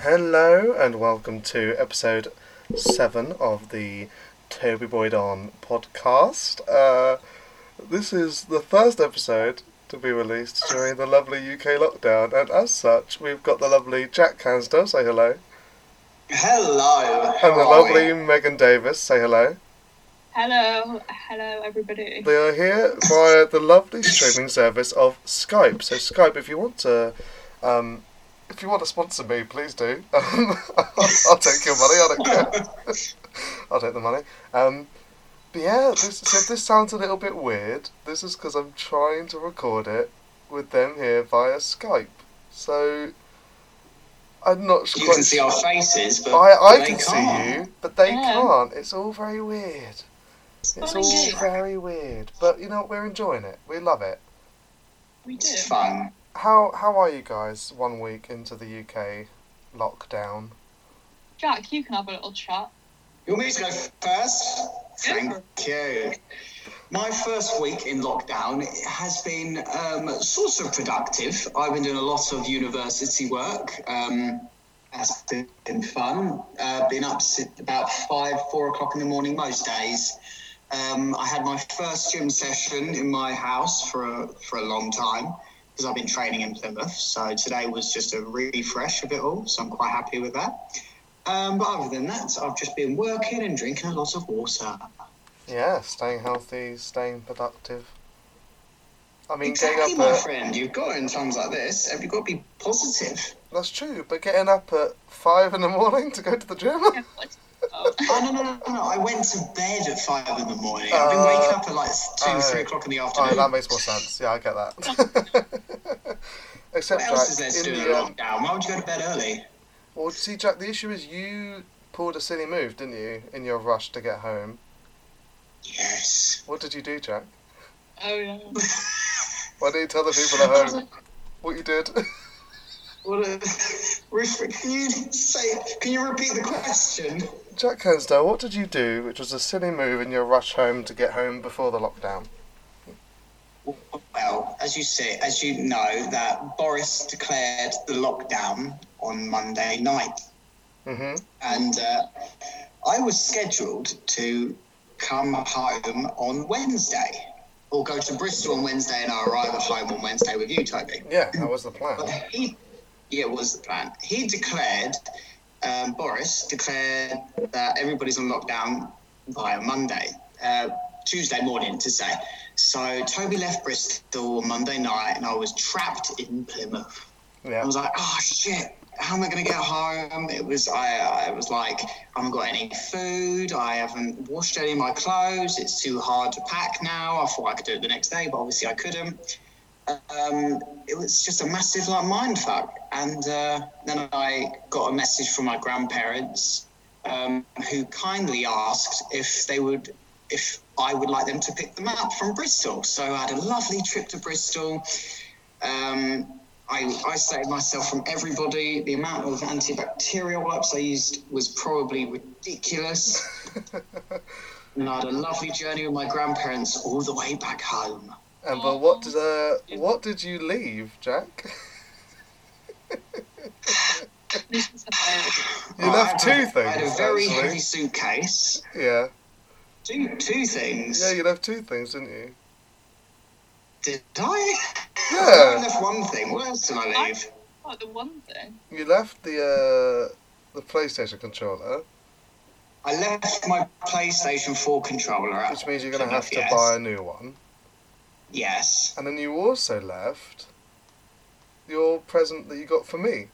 Hello and welcome to episode seven of the Toby Boyd On podcast. Uh, this is the first episode to be released during the lovely UK lockdown, and as such, we've got the lovely Jack Cansdale, say hello, Hello. and the How are lovely you? Megan Davis, say hello. Hello, hello everybody. They are here via the lovely streaming service of Skype. So Skype, if you want to, um, if you want to sponsor me, please do. Um, I'll take your money. I don't care. I'll take the money. Um, but yeah, this, so if this sounds a little bit weird, this is because I'm trying to record it with them here via Skype. So I'm not You quite can see our faces, but I, I they can see can't. you, but they Yeah. can't. It's all very weird. It's fun and all games. very weird. But you know, what? we're enjoying it. We love it. We do. It's fun. How how are you guys one week into the UK lockdown? Jack, you can have a little chat. You want me to go first? Thank you. My first week in lockdown has been um, sort of productive. I've been doing a lot of university work. Um, that's been fun. Uh, been up since about five, four o'clock in the morning most days. Um, I had my first gym session in my house for a, for a long time because I've been training in Plymouth. So today was just a refresh of it all. So I'm quite happy with that. Um, but other than that, I've just been working and drinking a lot of water. Yeah, staying healthy, staying productive. I mean, exactly, getting up my at friend. You've got in times like this, and you've got to be positive. that's true, but getting up at five in the morning to go to the gym. Yeah, what- oh, Oh no, no, no, no! no. I went to bed at five in the morning. I've been Uh, waking up at like two, uh, three o'clock in the Oh, afternoon. that makes more sense. Yeah, I get that. Except what else is Jack, there to do in in a the, um, lockdown? Why would you go to bed early? Well, see, Jack, the issue is you pulled a silly move, didn't you, in your rush to get home? Yes. What did you do, Jack? oh yeah. Why don't you tell the people at home what you did? What a. Ref- Can you say? Can you repeat the question? Jack Hansdale, what did you do, which was a silly move in your rush home to get home before the lockdown? Well, as you say, as you know, that Boris declared the lockdown on Monday night. Mm-hmm. and uh, I was scheduled to come home on Wednesday or go to Bristol on Wednesday and I arrive at home on Wednesday with you, Toby. Yeah, that was the plan. But he, yeah, it was the plan. He declared, um, Boris declared that everybody's on lockdown via Monday, uh, Tuesday morning to say. So Toby left Bristol on Monday night and I was trapped in Plymouth. I Yeah. was like, oh shit, how am I gonna get home? It was I, I was like, I haven't got any food, I haven't washed any of my clothes, it's too hard to pack now. I thought I could do it the next day, but obviously I couldn't. Um, it was just a massive like mind fuck. And uh, then I got a message from my grandparents um, who kindly asked if they would if I would like them to pick them up from Bristol. So I had a lovely trip to Bristol. Um, I isolated myself from everybody. The amount of antibacterial wipes I used was probably ridiculous. and I had a lovely journey with my grandparents all the way back home. And but what did uh, what did you leave, Jack? This is a You left I two had a- I had things. a very heavy actually. suitcase. Yeah. Two, two things. Yeah, you left two things, didn't you? Did I? Yeah. I left one thing. What else did I leave? like Oh, the one thing. You left the uh, the PlayStation controller, I left my PlayStation 4 controller at which means you're gonna Plymouth, have to yes. buy a new one. Yes. And then you also left your present that you got for me.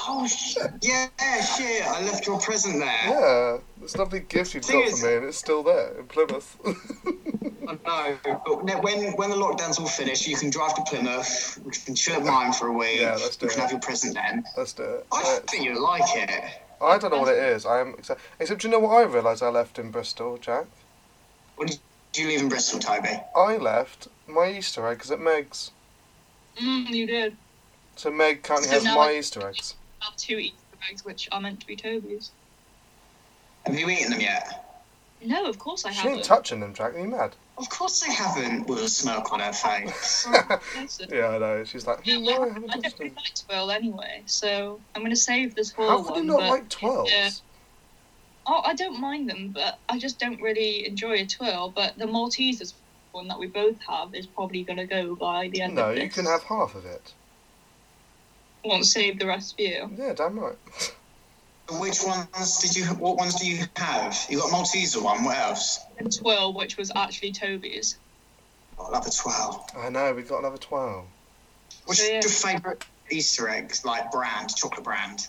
Oh, sh- yeah, shit. I left your present there. Yeah, this lovely gift you've Thing got is- for me, and it's still there in Plymouth. I know, but ne- when when the lockdown's all finished, you can drive to Plymouth, you can chill at mine for a week, Yeah, let's do you can it. Uh, have your present then. Let's do it. I Let's- think you'll like it. I don't know what it is. I'm except, except do you know what I realised I left in Bristol, Jack? Do you live in Bristol, Toby? I left my Easter eggs at Meg's, Mm, you did. so Meg can't So have now my I- Easter eggs. I have two Easter eggs which are meant to be Toby's. Have you eaten them yet? No, of course I She ain't haven't. touching them, Jack. Are you mad? Of course they haven't, with a smirk on her face. Listen, Yeah, I know. She's like, Oh, I no, I haven't I don't touched really it. like twirl anyway, so I'm gonna save this whole How one. can you not but- like twirls? Yeah. Oh, I don't mind them, but I just don't really enjoy a twirl. But the Maltesers one that we both have is probably gonna go by the end. No, of you this. can have half of it. Won't save the rest for you. Yeah, damn right. And Which ones did you? What ones do you have? You got a Malteser one. What else? And twirl, which was actually Toby's. Got another twelve. I know, we've got another twirl. What's Oh, yeah. your favourite Easter egg? Like brand, chocolate brand.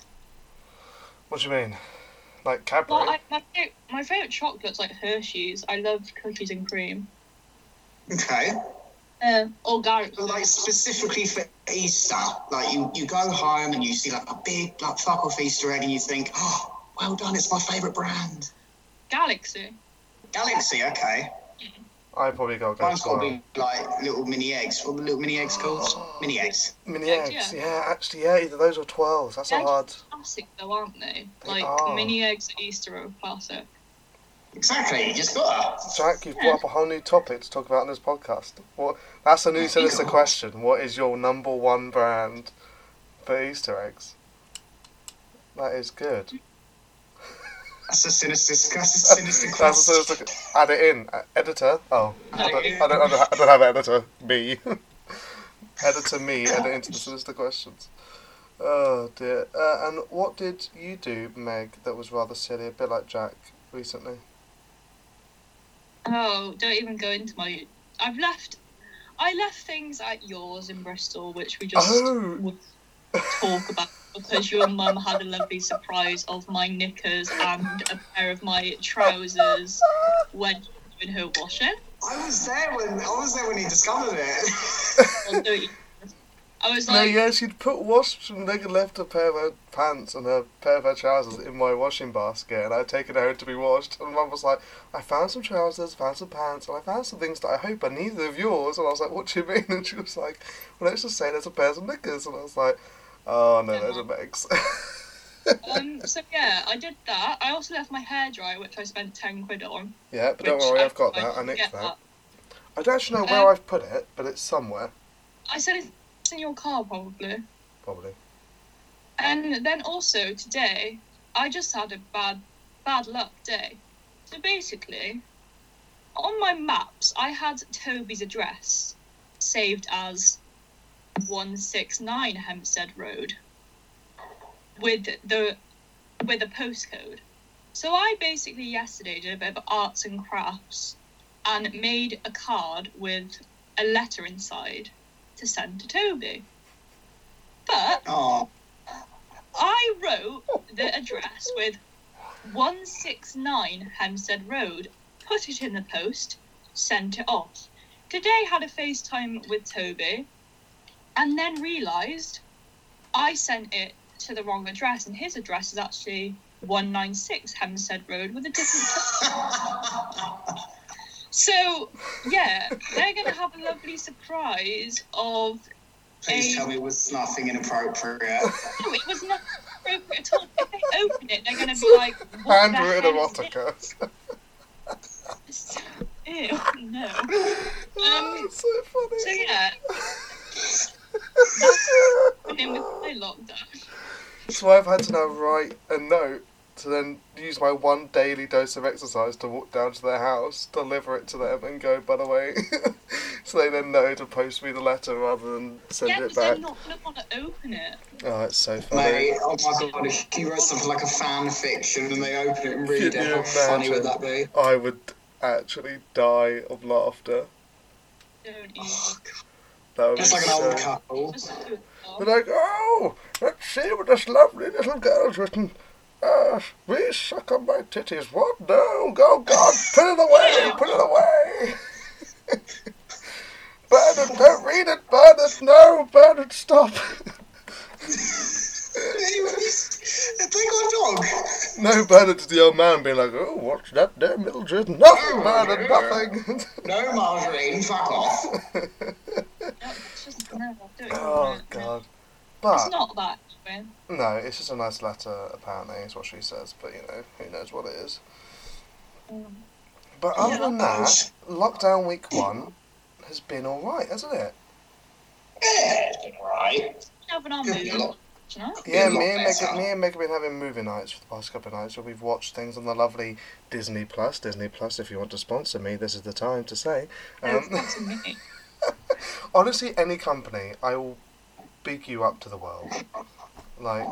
What do you mean? Like Cadbury? Well, I, my fa- my favorite chocolate's like Hershey's. I love cookies and cream. Okay. Uh, or Garrett's. But like specifically for Easter, like you, you go home and you see like a big like fuck off Easter egg and you think, oh, well done, it's my favourite brand. Galaxy. Galaxy, okay. I probably got a Mine's got to twirl. be like little mini eggs. What are the little mini eggs called? mini eggs. Mini Yeah, eggs. Yeah. actually, yeah, either those or twirls. That's a Yeah. hard. Classic though, aren't they? They Like are. mini eggs at Easter are classic. Exactly, you just got to. Jack, you've brought up a whole new topic to talk about on this podcast. What? That's a new sinister question. What is your number one brand for Easter eggs? That is good. That's a sinister, that's a sinister That's a question. sinister. Add it in, Uh, editor. Oh, I No, don't, you- I don't, I don't, I don't have an editor. Me. editor me. Edit into the sinister questions. Oh dear. Uh, and what did you do, Meg? That was rather silly, a bit like Jack recently. Oh, don't even go into my. I've left. I left things at yours in Bristol, which we just Oh. would talk about because your mum had a lovely surprise of my knickers and a pair of my trousers when in her washing. I was there when I was there when he discovered it. Or don't you- I was no, like, yeah, she'd put wasps and Meg had left a pair of her pants and a pair of her trousers in my washing basket, and I'd taken her home to be washed. And Mum was like, "I found some trousers, found some pants, and I found some things that I hope are neither of yours." And I was like, "What do you mean?" And she was like, "Well, let's just say there's a pair of knickers." And I was like, "Oh no, those are Meg's." um, so yeah, I did that. I also left my hairdryer, which I spent ten quid on. yeah, but don't which worry, I- I've got I that. I should nicked get that. I don't actually know where Um, I've put it, but it's somewhere I said it's in your car probably. probably. And then also today, I just had a bad, bad luck day. So basically, on my maps, I had Toby's address saved as 169 Hempstead Road with the with a postcode. So I basically yesterday did a bit of arts and crafts and made a card with a letter inside to send to Toby. But Oh, I wrote the address with 169 Hempstead Road, put it in the post, sent it off. Today had a FaceTime with Toby and then realised I sent it to the wrong address and his address is actually 196 Hempstead Road with a different So yeah, they're gonna have a lovely surprise of please a- tell me it was nothing inappropriate. No, it was not appropriate at all. If they open it, they're going to be like, what the Um, Handwritten hell is erotica. this? Ew, no. Um, That's so funny. So yeah, and in with my lockdown. So I've had to now write a note to then use my one daily dose of exercise to walk down to their house, deliver it to them, and go, by the way. so they then know to post me the letter rather than send Yeah, it because back. they're not going to want to open it. Oh, it's so funny. Mate, oh my god, if you wrote something like a fan fiction and they open it and read Could it, you how funny would that imagine? be? I would actually die of laughter. Don't you? Oh, That would It's be like an so... old Oh, couple. Just do it. They're like, oh, let's see what this lovely little girl's written. Uh, we suck on my titties. What? No, go, God, put it away, put it away. burn it, don't read it, burn it, no, burn it, stop. Have they got a dog? no, burn it to the old man being like, oh, what's that there, middle Nothing, burn it, nothing. No margarine, fuck off. No, it's just, no, don't you? oh, God. It's But, not that. anyway. no, it's just a nice letter, apparently, is what she says, but you know, who knows what it is. But Yeah, other than that, lockdowns. lockdown week one has been all right, hasn't it? Yeah, it's been alright. Have an arm Could be a movement lot. tonight. Could be Yeah, a lot me and better. Meg, me and Meg have been having movie nights for the past couple of nights where we've watched things on the lovely Disney Plus. Disney Plus, if you want to sponsor me, this is the time to say. Oh, No, it's Um, not to me. honestly, any company, I will big you up to the world. Like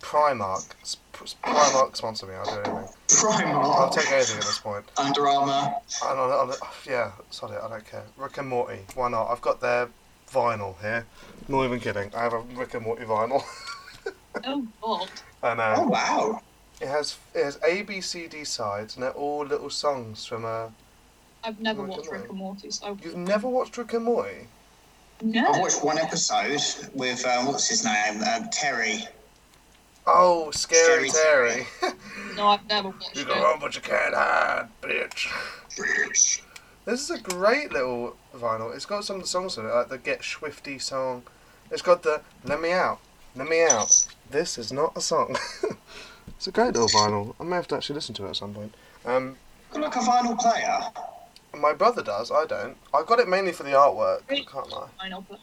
Primark, s- Primark sponsor me. I'll do anything. I'll Primark, take anything at this point. Under Armour. I don't, I don't- yeah, sorry, I don't care. Rick and Morty, why not? I've got their vinyl here. Not even kidding. I have a Rick and Morty vinyl, Oh god. and uh, Oh wow. it has it has A B C D sides, and they're all little songs from. Uh, I've never Well, watched don't Rick and Morty, so I you've never watched Rick and Morty? I no. watched one episode with um, what's his name, um, Terry. Oh, scary Scary Terry! No, I've never watched you it. can run, but you can't hide, bitch. Bruce. This is a great little vinyl. It's got some of the songs on it, like the Get Swifty song. It's got the Let Me Out, Let Me Out. This is not a song. it's a great little vinyl. I may have to actually listen to it at some point. Um, Got like a vinyl player. my brother does. I don't. I got it mainly for the artwork. I can't lie. I know, but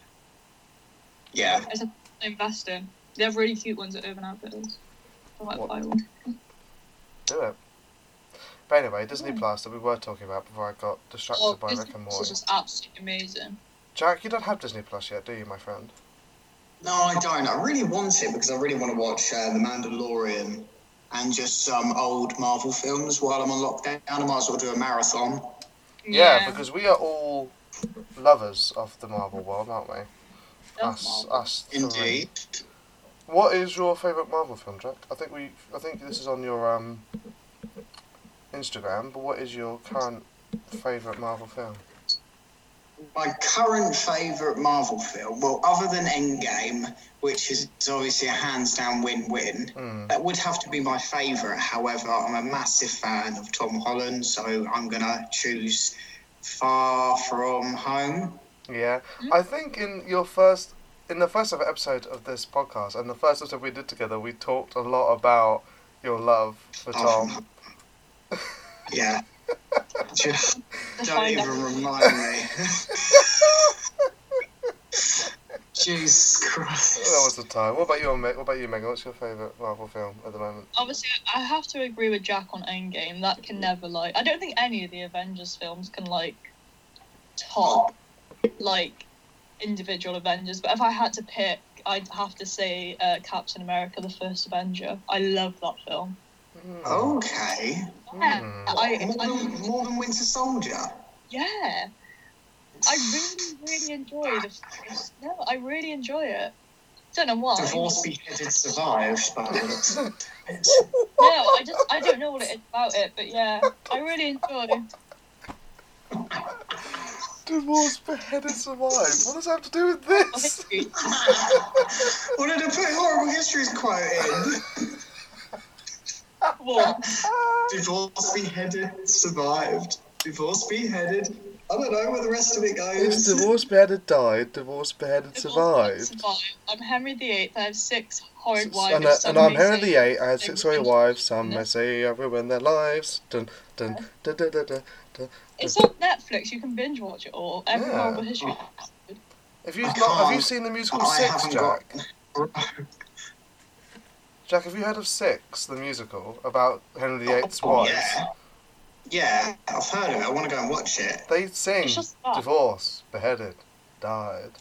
Yeah. I invest in. They have really cute ones at Urban Outfitters. I might What? buy one. Do it. But anyway, Disney Plus that we were talking about before I got distracted Oh, by Disney Rick and Plus is Morty. just absolutely amazing. Jack, you don't have Disney Plus yet, do you, my friend? No, I don't. I really want it because I really want to watch uh, The Mandalorian and just some old Marvel films while I'm on lockdown. I might as well do a marathon. Yeah, because we are all lovers of the Marvel world, aren't we? Love Us, Marvel. us three. Indeed. What is your favourite Marvel film, Jack? I think we, I think this is on your um, Instagram. But what is your current favourite Marvel film? My current favourite Marvel film, well, other than Endgame, which is obviously a hands down win win, Hmm. that would have to be my favourite. However, I'm a massive fan of Tom Holland, so I'm going to choose Far From Home. Yeah, I think in your first, in the first ever episode of this podcast and the first episode we did together, we talked a lot about your love for Oh. Tom. Yeah. Just The don't find even out- remind me. Jesus Christ. That was the time. What about you, Meg? What about you, Megan? What's your favourite Marvel film at the moment? Obviously, I have to agree with Jack on Endgame. That can never like. I don't think any of the Avengers films can like top like individual Avengers. But if I had to pick, I'd have to say uh, Captain America: The First Avenger. I love that film. Hmm. Oh, Okay. Hmm. I, More I than, more than Winter Soldier. yeah. I really, really enjoy the. No, I really enjoy it. Don't know why. Divorce beheaded survived, but it's, Hmm. it's No, I just I don't know what it is about it, but yeah, I really enjoy. Divorce, beheaded, survived. What does that have to do with this? What did I put horrible histories quote in? What? Divorce beheaded, survived. Divorce beheaded. I don't know where the rest of it It's goes. divorce, beheaded, died. Divorce, beheaded, survived. I'm Henry VIII. I have six Oh, horrid S- wives. And, I, some and I'm may Henry say- the Eight. I had they six ruined great wives. Some their may say I ruined their lives. Dun dun dun dun dun. dun. It's on Netflix. You can binge watch it all. Every Yeah. Oh, horrible history. Have you I not, have you can't. seen the musical I Six, haven't Jack? got. Jack, have you heard of Six, the musical about Henry VIII's Oh, wives? yeah. Yeah, I've heard of it. I want to go and watch it. They sing It's just that. divorce, beheaded, died,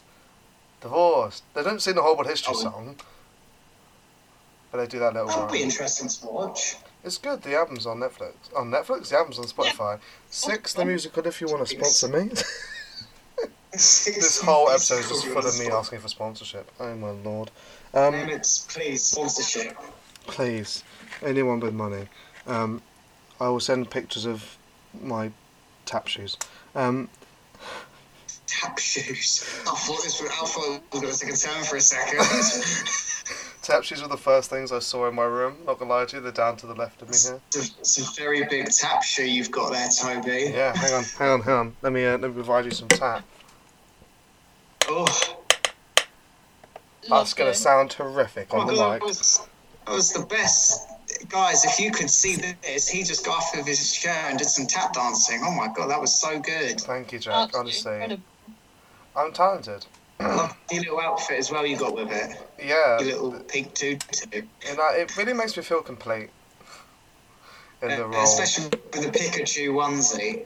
divorced. They don't sing the horrible history Oh. song, but they do that little That'll one. be interesting to watch. It's good. The album's on Netflix. On Netflix, the album's on Spotify. Six, the musical. If you want to sponsor me, this this whole episode is just full of me asking for sponsorship. Oh my lord. Um, Limits, please, sponsorship. please, anyone with money. Um, I will send pictures of my tap shoes. Um, Tap shoes. I thought this was, I thought it was going to take a turn for a second. tap shoes were the first things I saw in my room. Not gonna lie to you, they're down to the left of me here. It's a- It's a very big tap shoe you've got there, Toby. Yeah, hang on, hang on, hang on. Let me uh, let me provide you some tap. Oh, That's gonna Lovely. sound terrific oh on my the God, mic. that was, that was the best guys, if you could see this, he just got off of his chair and did some tap dancing. Oh my god, that was so good. Thank you, Jack. Honestly, I'm talented. Love your little outfit as well you got with it. Yeah, Your little pig tutu. and I, it really makes me feel complete in the role. E, Uh, Especially with the Pikachu onesie.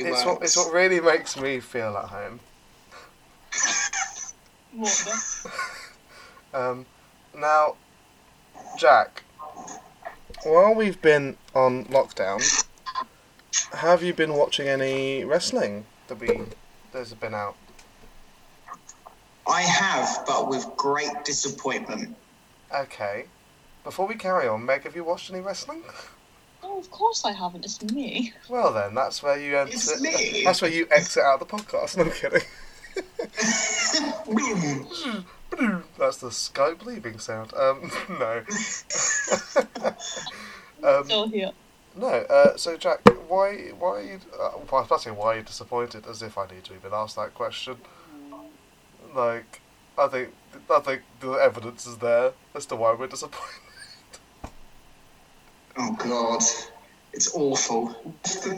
it's, it's what, works. it's what really makes me feel at home. What the? Um, now, Jack, while we've been on lockdown, have you been watching any wrestling that we that's been out? I have, but with great disappointment. Okay. Before we carry on, Meg, have you watched any wrestling? Oh, of course I haven't. It's me. Well then, that's where you enter. It's me. That's where you exit out of the podcast. No I'm kidding. Oh, That's the Skype leaving sound. Um, no. um, Still here. No, uh, so Jack, why, why are you? Uh, well, I was about to say why are you disappointed, as if I need to even ask that question. Like, I think, I think the evidence is there as to why we're disappointed. Oh god, it's awful. With the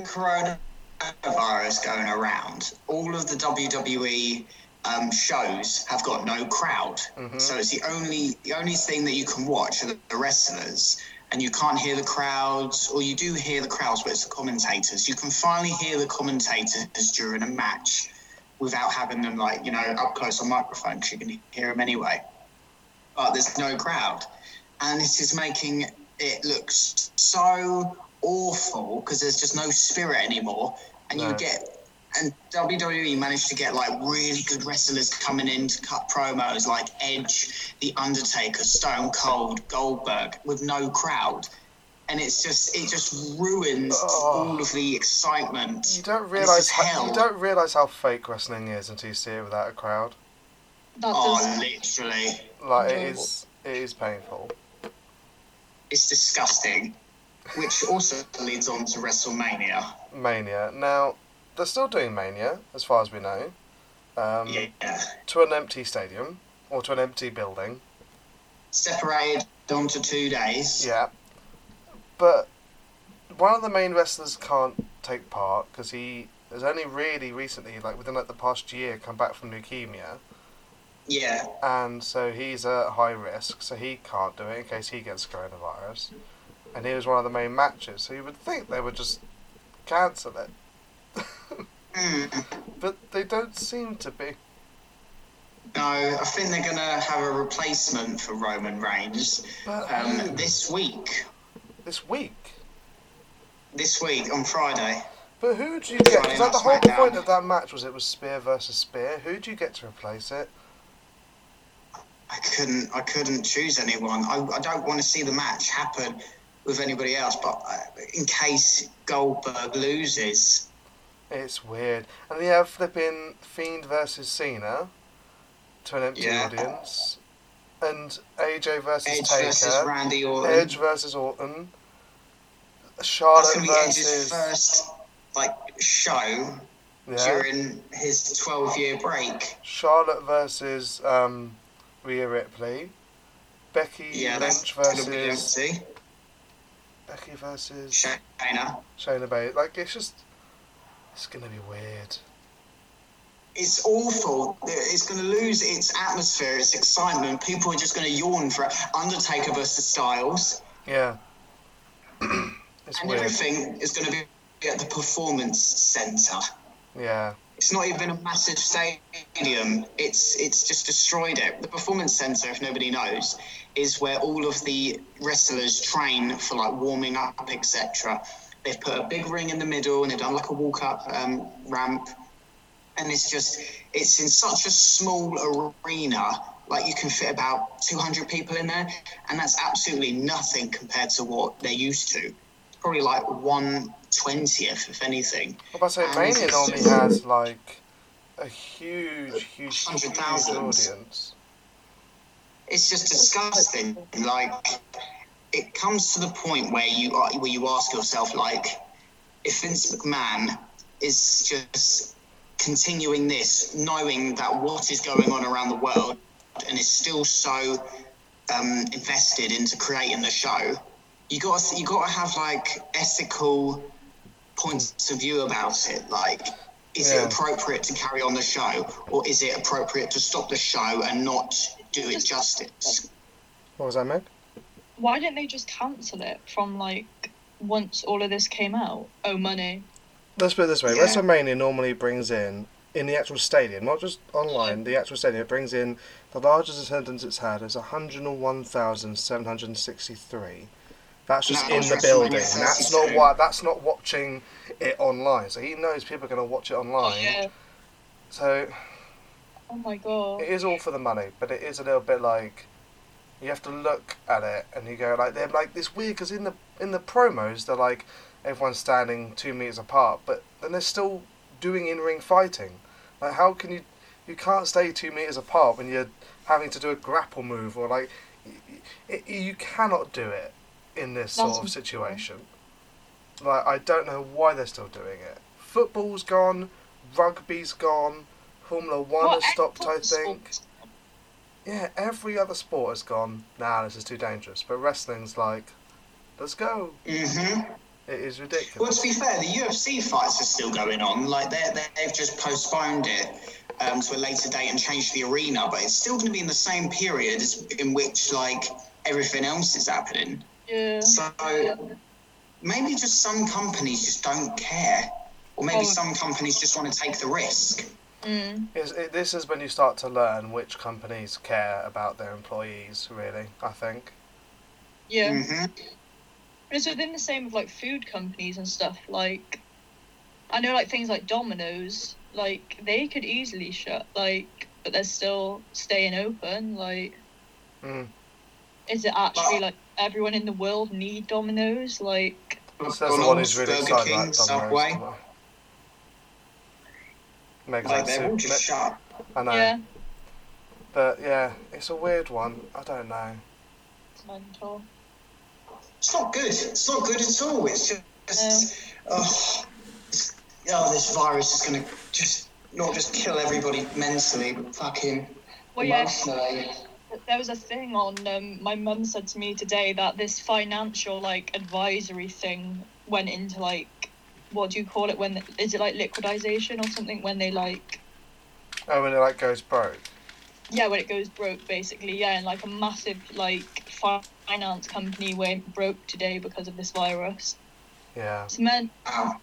coronavirus going around, all of the WWE um, shows have got no crowd, Mhm. so it's the only the only thing that you can watch are the, the wrestlers, and you can't hear the crowds, or you do hear the crowds, but it's the commentators. You can finally hear the commentators during a match without having them like you know up close on microphone 'cause you can hear them anyway. But there's no crowd, and this is making it looks so awful because there's just no spirit anymore. And No. you get, and WWE managed to get like really good wrestlers coming in to cut promos like Edge, The Undertaker, Stone Cold, Goldberg with no crowd. And it's just, it just ruins Oh. all of the You excitement. don't This realize is how, hell. you don't realize how fake wrestling is until you see it without a crowd. That Oh, does. literally. Like it Enjoyable. is, it is painful. It's disgusting. Which also leads on to WrestleMania. Mania. Now they're still doing Mania, as far as we know, um, Yeah. to an empty stadium or to an empty building. Separated onto two days. Yeah. But one of the main wrestlers can't take part because he has only really recently, like within like the past year, come back from leukemia, Yeah. and so he's at high risk, so he can't do it in case he gets coronavirus. And he was one of the main matches, so you would think they would just cancel it, Mm. but they don't seem to be. No, I think they're going to have a replacement for Roman Reigns But um, who? this week. this week. This week on Friday. But who do you get? Friday Is that the Night whole Smackdown. point of that match was it was Spear versus Spear? Who do you get to replace it? I couldn't. I couldn't choose anyone. I, I don't want to see the match happen with anybody else. But uh, in case Goldberg loses, It's weird. And they have flipping Fiend versus Cena to an empty Yeah. audience. And AJ versus Edge Taker. versus Randy Orton. Edge versus Orton. That's Charlotte gonna be Edge's versus. first like show Yeah. during his twelve-year break. Charlotte versus um, Rhea Ripley. Becky Yeah, that's Lynch gonna be versus. empty. Becky versus Shayna. Shayna Baszler. Like, it's just. It's gonna be weird. It's awful. It's going to lose its atmosphere, its excitement. People are just going to yawn for Undertaker versus Styles, Yeah. it's and weird. everything is going to be at the performance centre. Yeah. It's not even a massive stadium. It's it's just destroyed it. The performance centre, if nobody knows, is where all of the wrestlers train for like warming up, etc. They've put a big ring in the middle and they've done like a walk up um, ramp, and it's just it's in such a small arena. Like you can fit about 200 people in there, and that's absolutely nothing compared to what they're used to. Probably like one twentieth, if anything. Well, but so And Mania it's normally just- has like a huge, huge, huge 100,000. audience. it's just disgusting. Like it comes to the point where you are, where you ask yourself, like, if Vince McMahon is just continuing this, knowing that what is going on around the world, and is still so um, invested into creating the show, you got to you got to have like ethical points of view about it. Like, is Yeah. it appropriate to carry on the show, or is it appropriate to stop the show and not do it justice? What was that, Meg? Why didn't they just cancel it from like once all of this came out? Oh, money. Let's put it this way: Yeah. WrestleMania normally brings in, in the actual stadium, not just online, the actual stadium. It brings in the largest attendance it's had is one hundred and one thousand seven hundred and sixty-three. That's just That in was the WrestleMania building. That's not 32. why. That's not watching it online. So he knows people are going to watch it online. Yeah. So Oh my god. it is all for the money, but it is a little bit like you have to look at it and you go like they're like this weird because in the in the promos they're like everyone's standing two meters apart, but then they're still doing in ring fighting. Like how can you you can't stay two meters apart when you're having to do a grapple move or like y y you cannot do it in this That's sort of ridiculous. situation. Like I don't know why they're still doing it. Football's gone, rugby's gone, Formula One What, has stopped. I actual think. sports? Yeah, every other sport has gone, nah, this is too dangerous. But wrestling's like, let's go. hmm It is Well, ridiculous. to be fair, the UFC fights are still going on. Like they they've just postponed it um, to a later date and changed the arena, but it's still going to be in the same period as in which like everything else is happening. Yeah. So maybe just some companies just don't care, or maybe Well- some companies just want to take the risk. Mm. It's, it, this is when you start to learn which companies care about their employees, really, I think. Yeah. hmm But it's within the same of like food companies and stuff. Like, I know like things like Domino's, like they could easily shut, like, but they're still staying open. Like, Mm. is it actually But- like everyone in the world need Domino's? Like, So that's the one who's really Burger excited King, about Subway, Domino's. Meg's like like, they're all just super- shut. I know. yeah, But yeah, it's a weird one. I don't know. it's mental. It's not good. It's not good at all. It's just, oh, it's, oh, this virus is gonna just not just kill everybody mentally, but fucking Well, yeah. emotionally. There was a thing on. Um, my mum said to me today that this financial like advisory thing went into like, what do you call it when is it like liquidization or something when they like Oh, when it like goes broke. yeah, when it goes broke, basically, yeah, and like a massive like finance company went broke today because of this virus. Yeah. So man, Wow.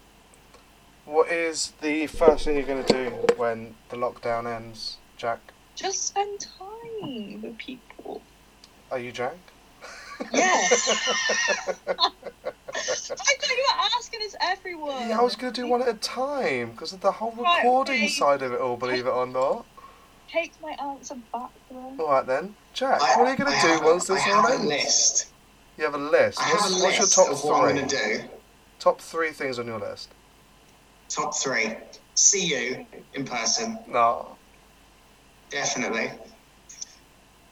What is the first thing you're going to do when the lockdown ends, Jack? just spend time with people. Are you Jack? Yeah. I thought you were asking this everyone. Yeah, I was going to do one at a time because of the whole Right, recording okay. side of it all, believe it or not. Take my answer back, though. All right then, Jack, what are you going I to do have a- once this I all have a ends? list. You have a list. I have What's, a what's list your top of what I'm gonna three? do. Top three things on your list. Top three. See you in person, No. definitely.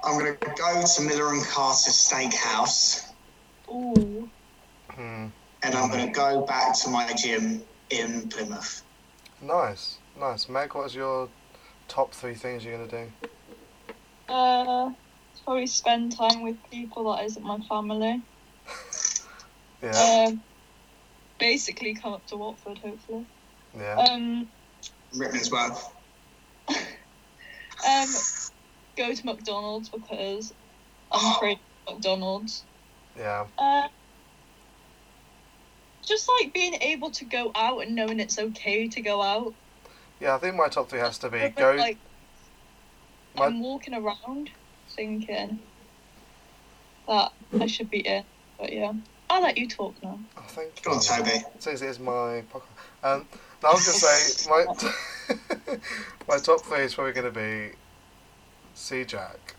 I'm gonna go to Miller and Carter's Steakhouse, Ooh, Hmm. and I'm gonna go back to my gym in Plymouth. Nice, nice. Meg, what is your top three things you're going to do? uh, probably spend time with people that isn't my family. Yeah, Um, basically, come up to Watford, hopefully. yeah. Um, Ripmansworth. um, go to McDonald's because I'm afraid of McDonald's. Yeah, Uh, just like being able to go out and knowing it's okay to go out. yeah. I think my top three has to be But, go. like, my- I'm walking around thinking that I should be in, but yeah. I'll let you talk now. Oh, thank Go on, you. Toby. Since it is my podcast. Um, no, I was going to say, my, my top three is probably going to be see Jack,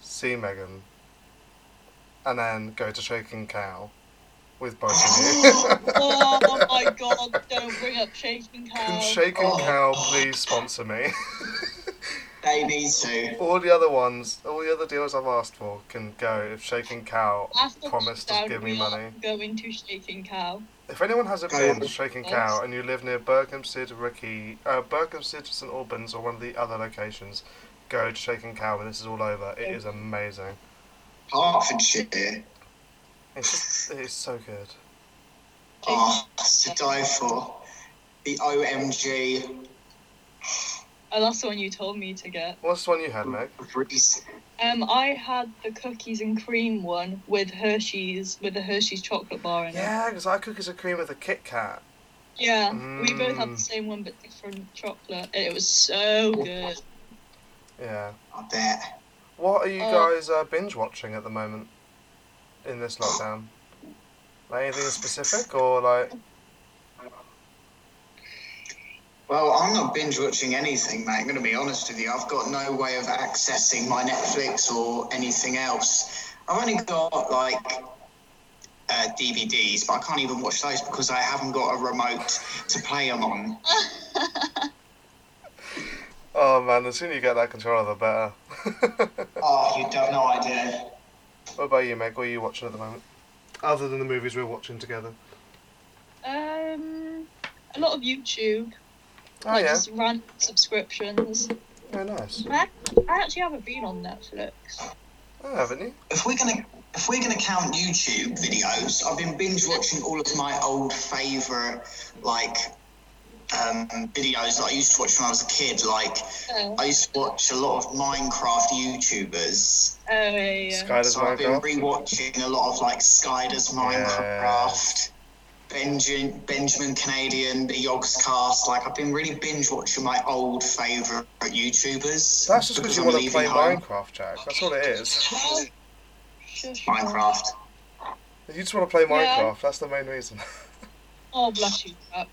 see Megan, and then go to Shaking Cow with both of you. Oh my god, don't bring up shaking Can cows. Shaking Oh. Cow please sponsor me? They need to. all the other ones, all the other deals I've asked for can go if Shaking Cow After promised to lockdown, give me we are money. Going to shaking cow. If anyone hasn't Go been on. to Shaking Yes. Cow and you live near Berkhamsted, Ricky, uh, Berkhamsted, St Albans, or one of the other locations, go to Shaking Cow when this is all over. It is amazing. Hertfordshire. It's just, it's so good. Oh, that's to die for. The OMG And Oh, that's the one you told me to get. What's the one you had, Meg? Reese. Um, I had the cookies and cream one with Hershey's, with the Hershey's chocolate bar in it. Yeah, because I cookies and cream with a Kit Kat. Yeah, we both had Mm. the same one but different chocolate. It was so good. Yeah. I bet. What are you Oh. guys uh, binge watching at the moment in this lockdown? Like anything specific or like? Well, I'm not binge watching anything, mate. I'm going to be honest with you. I've got no way of accessing my Netflix or anything else. I've only got like uh, DVDs, but I can't even watch those because I haven't got a remote to play them on. Oh man, the sooner you get that controller, the better. Oh, you don't know idea. what about you, Meg? What are you watching at the moment? Other than the movies we're watching together. Um, a lot of YouTube, Oh like yeah. just random subscriptions. Yeah, nice. I, I actually haven't been on Netflix. Oh, haven't you? If we're gonna if we're gonna count YouTube videos, I've been binge watching all of my old favourite like um, videos that I used to watch when I was a kid, like. Oh, I used to watch a lot of Minecraft YouTubers. oh, yeah. Sky does so I've been Minecraft. rewatching a lot of like Skyder's Minecraft, Benjamin Benjamin Canadian, the Yogscast. Like I've been really binge watching my old favourite YouTubers. That's just because you I'm want to leaving play home. Minecraft, Jack. That's all it is. Oh, shush. Minecraft. You just want to play Yeah. Minecraft. That's the main reason. Oh, bless you, Jack.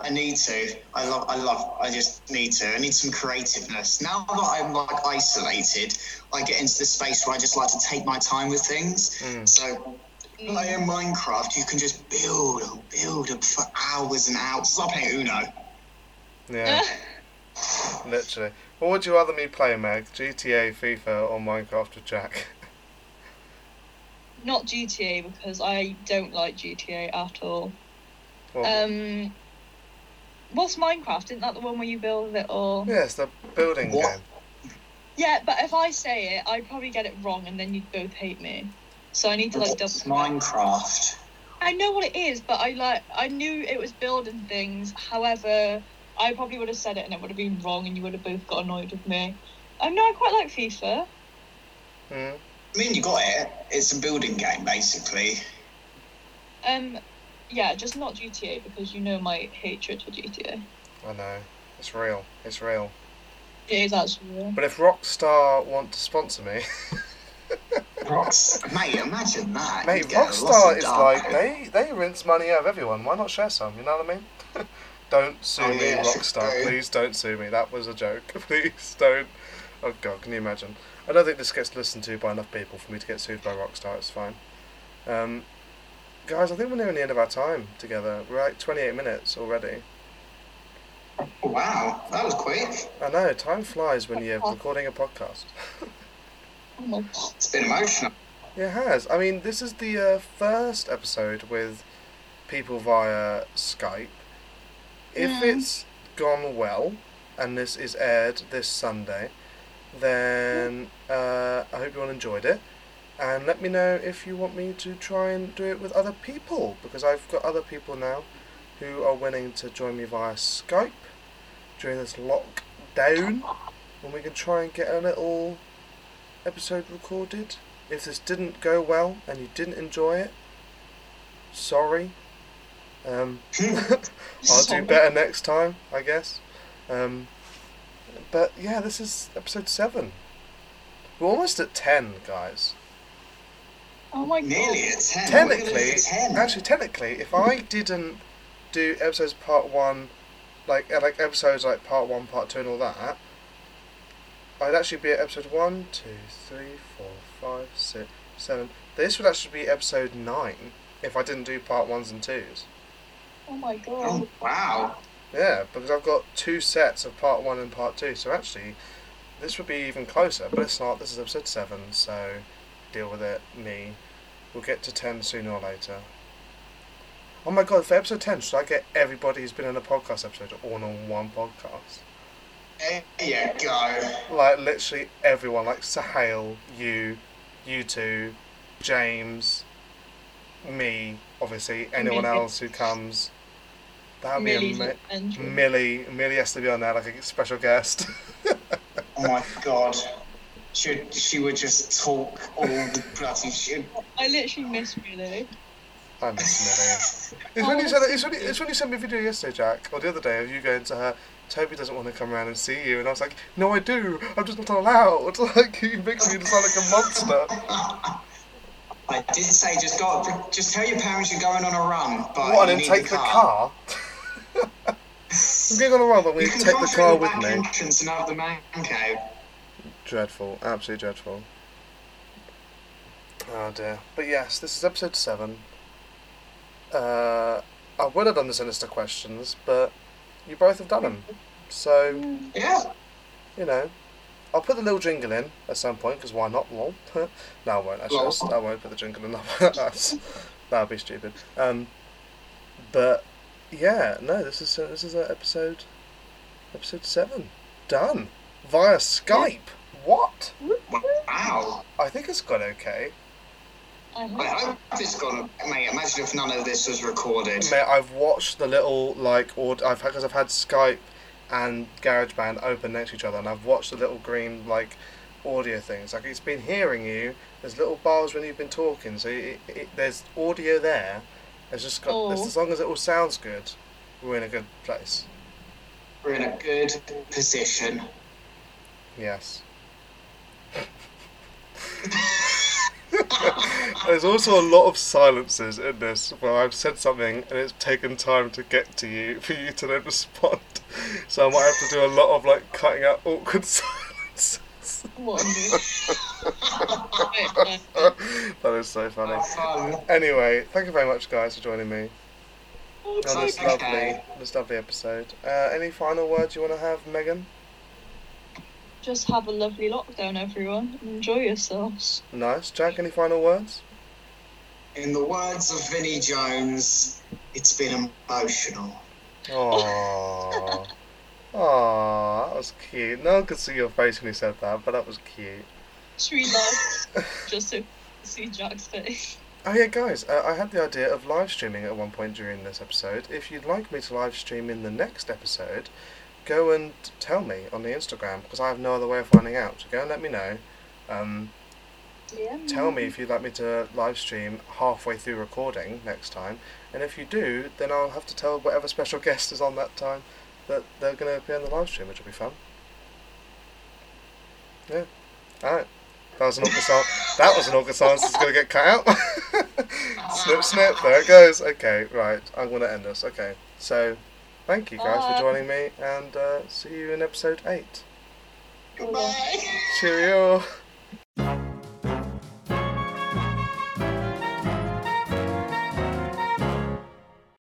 I need to. I love. I love. I just need to. I need some creativeness. Now that I'm like isolated, I get into this space where I just like to take my time with things. Mm. So Like in Minecraft, you can just build and build and for hours and hours. It's like playing Uno. Mm. Yeah, literally. What would you rather me play, Meg? GTA, FIFA, or Minecraft with Jack? Not GTA because I don't like GTA at all. Well, Um, what's Minecraft? Isn't that the one where you build it all? yeah, it's the building What? game. Yeah, but if I say it, I'd probably get it wrong, and then you'd both hate me. So I need to like double. It's Minecraft. I know what it is, but I like I knew it was building things. However, I probably would have said it, and it would have been wrong, and you would have both got annoyed with me. I know I quite like FIFA. Mm. I mean, you got it. It's a building game, basically. Um, yeah, just not GTA because you know my hatred for GTA. Hmm? I know. It's real. It's real. It is actually real. But if Rockstar want to sponsor me, Rocks, mate. Imagine that. mate, You'd get a lot Rockstar of is dough. like they they rinse money out of everyone. Why not share some? You know what I mean? don't sue Oh, me, yeah, Rockstar. true. Please don't sue me. That was a joke. Please don't. Oh god, can you imagine? I don't think this gets listened to by enough people for me to get sued by Rockstar. It's fine. Um, guys, I think we're nearing the end of our time together. We're at 28 minutes already. Wow, that was quick. I know time flies when you're recording a podcast. Oh my god. It's been emotional. It has. I mean, this is the uh, first episode with people via Skype. If Mm. it's gone well, and this is aired this Sunday, then uh, I hope you all enjoyed it. And let me know if you want me to try and do it with other people, because I've got other people now who are willing to join me via Skype during this lockdown, and we can try and get a little episode recorded. If this didn't go well and you didn't enjoy it, sorry. Um, I'll do Sorry. better next time, I guess. Um, but yeah, this is episode seven. We're almost at ten, guys. Oh my god. Nearly at ten. We're nearly Technically, at ten. actually, technically, if I didn't do episodes part one, like uh, like episodes like part one, part two, and all that, I'd actually be at episode one, two, three, four, five, six, seven. This would actually be episode nine if I didn't do part ones and twos. Oh my god. Oh, wow. Yeah, because I've got two sets of part one and part two, so actually, this would be even closer, but it's not. This is episode seven, so deal with it, me. We'll get to 10 sooner or later. Oh my god, for episode 10, should I get everybody who's been on a podcast episode all on one podcast? There you go. Like, literally everyone, like Sahale, you, you two, James, me, obviously, anyone Millie. else who comes. That would be Millie's amazing. entry. Millie, Millie has to be on there like a special guest. Oh my god. She, she would just talk all the bloody shit. I literally miss Millie. I miss Millie. It's when you said it's when you, it's when you sent me a video yesterday, Jack, or the other day of you going to her. Toby doesn't want to come around and see you, and I was like, "No, I do. I'm just not allowed." Like you makes me sound like a monster. I did say just go, just tell your parents you're going on a run, but What? you And then need take the car. I'm going on a run, but we You take can the come through car the with back me. entrance and have the man cave. Dreadful, absolutely dreadful. Oh dear. But yes, this is episode seven. Uh, I would have done the sinister questions, but you both have done them, so. Yeah. you know, I'll put the little jingle in at some point because why not? Lol. no, I won't. Actually, Lol. That's- I won't put the jingle in. That's that'd be stupid. Um, but yeah, no, this is this is uh, episode episode seven done via Skype. What? Wow. I think it's gone okay. I I hope hope it's gonna. Mate, imagine if none of this was recorded. Mate, I've watched the little like aud- I've because I've had Skype and GarageBand open next to each other, and I've watched the little green like audio things. Like it's been hearing you. There's little bars when you've been talking, so it, it, there's audio there. It's just got Oh. as long as it all sounds good, we're in a good place. We're in a good position. Yes. There's also a lot of silences in this where I've said something and it's taken time to get to you for you to then respond. So I might have to do a lot of like cutting out awkward silences. what I do. that is so funny. Have fun. Anyway, thank you very much, guys, for joining me on Oh, this Okay. lovely, this lovely episode. Uh, any final words you want to have, Megan? Just have a lovely lockdown, everyone. Enjoy yourselves. Nice, Jack. Any final words? In the words of Vinnie Jones, it's been emotional. Aww. Aww, that was cute. No one could see your face when you said that, but that was cute. Tree love. Just so see Jack's face. Oh yeah, guys, uh, I had the idea of live streaming at one point during this episode. If you'd like me to live stream in the next episode, go and tell me on the Instagram because I have no other way of finding out. So go and let me know. Um, Yeah. tell me if you'd like me to live stream halfway through recording next time, and if you do, then I'll have to tell whatever special guest is on that time that they're going to appear on the live stream, which will be fun. Yeah. All right. That was an awkward song. That was an awkward silence. It's going to get cut out. snip, snip. There it goes. Okay. Right. I'm going to end this. Okay. So, thank you guys Bye. for joining me, and uh, see you in episode eight. Goodbye. Cheerio.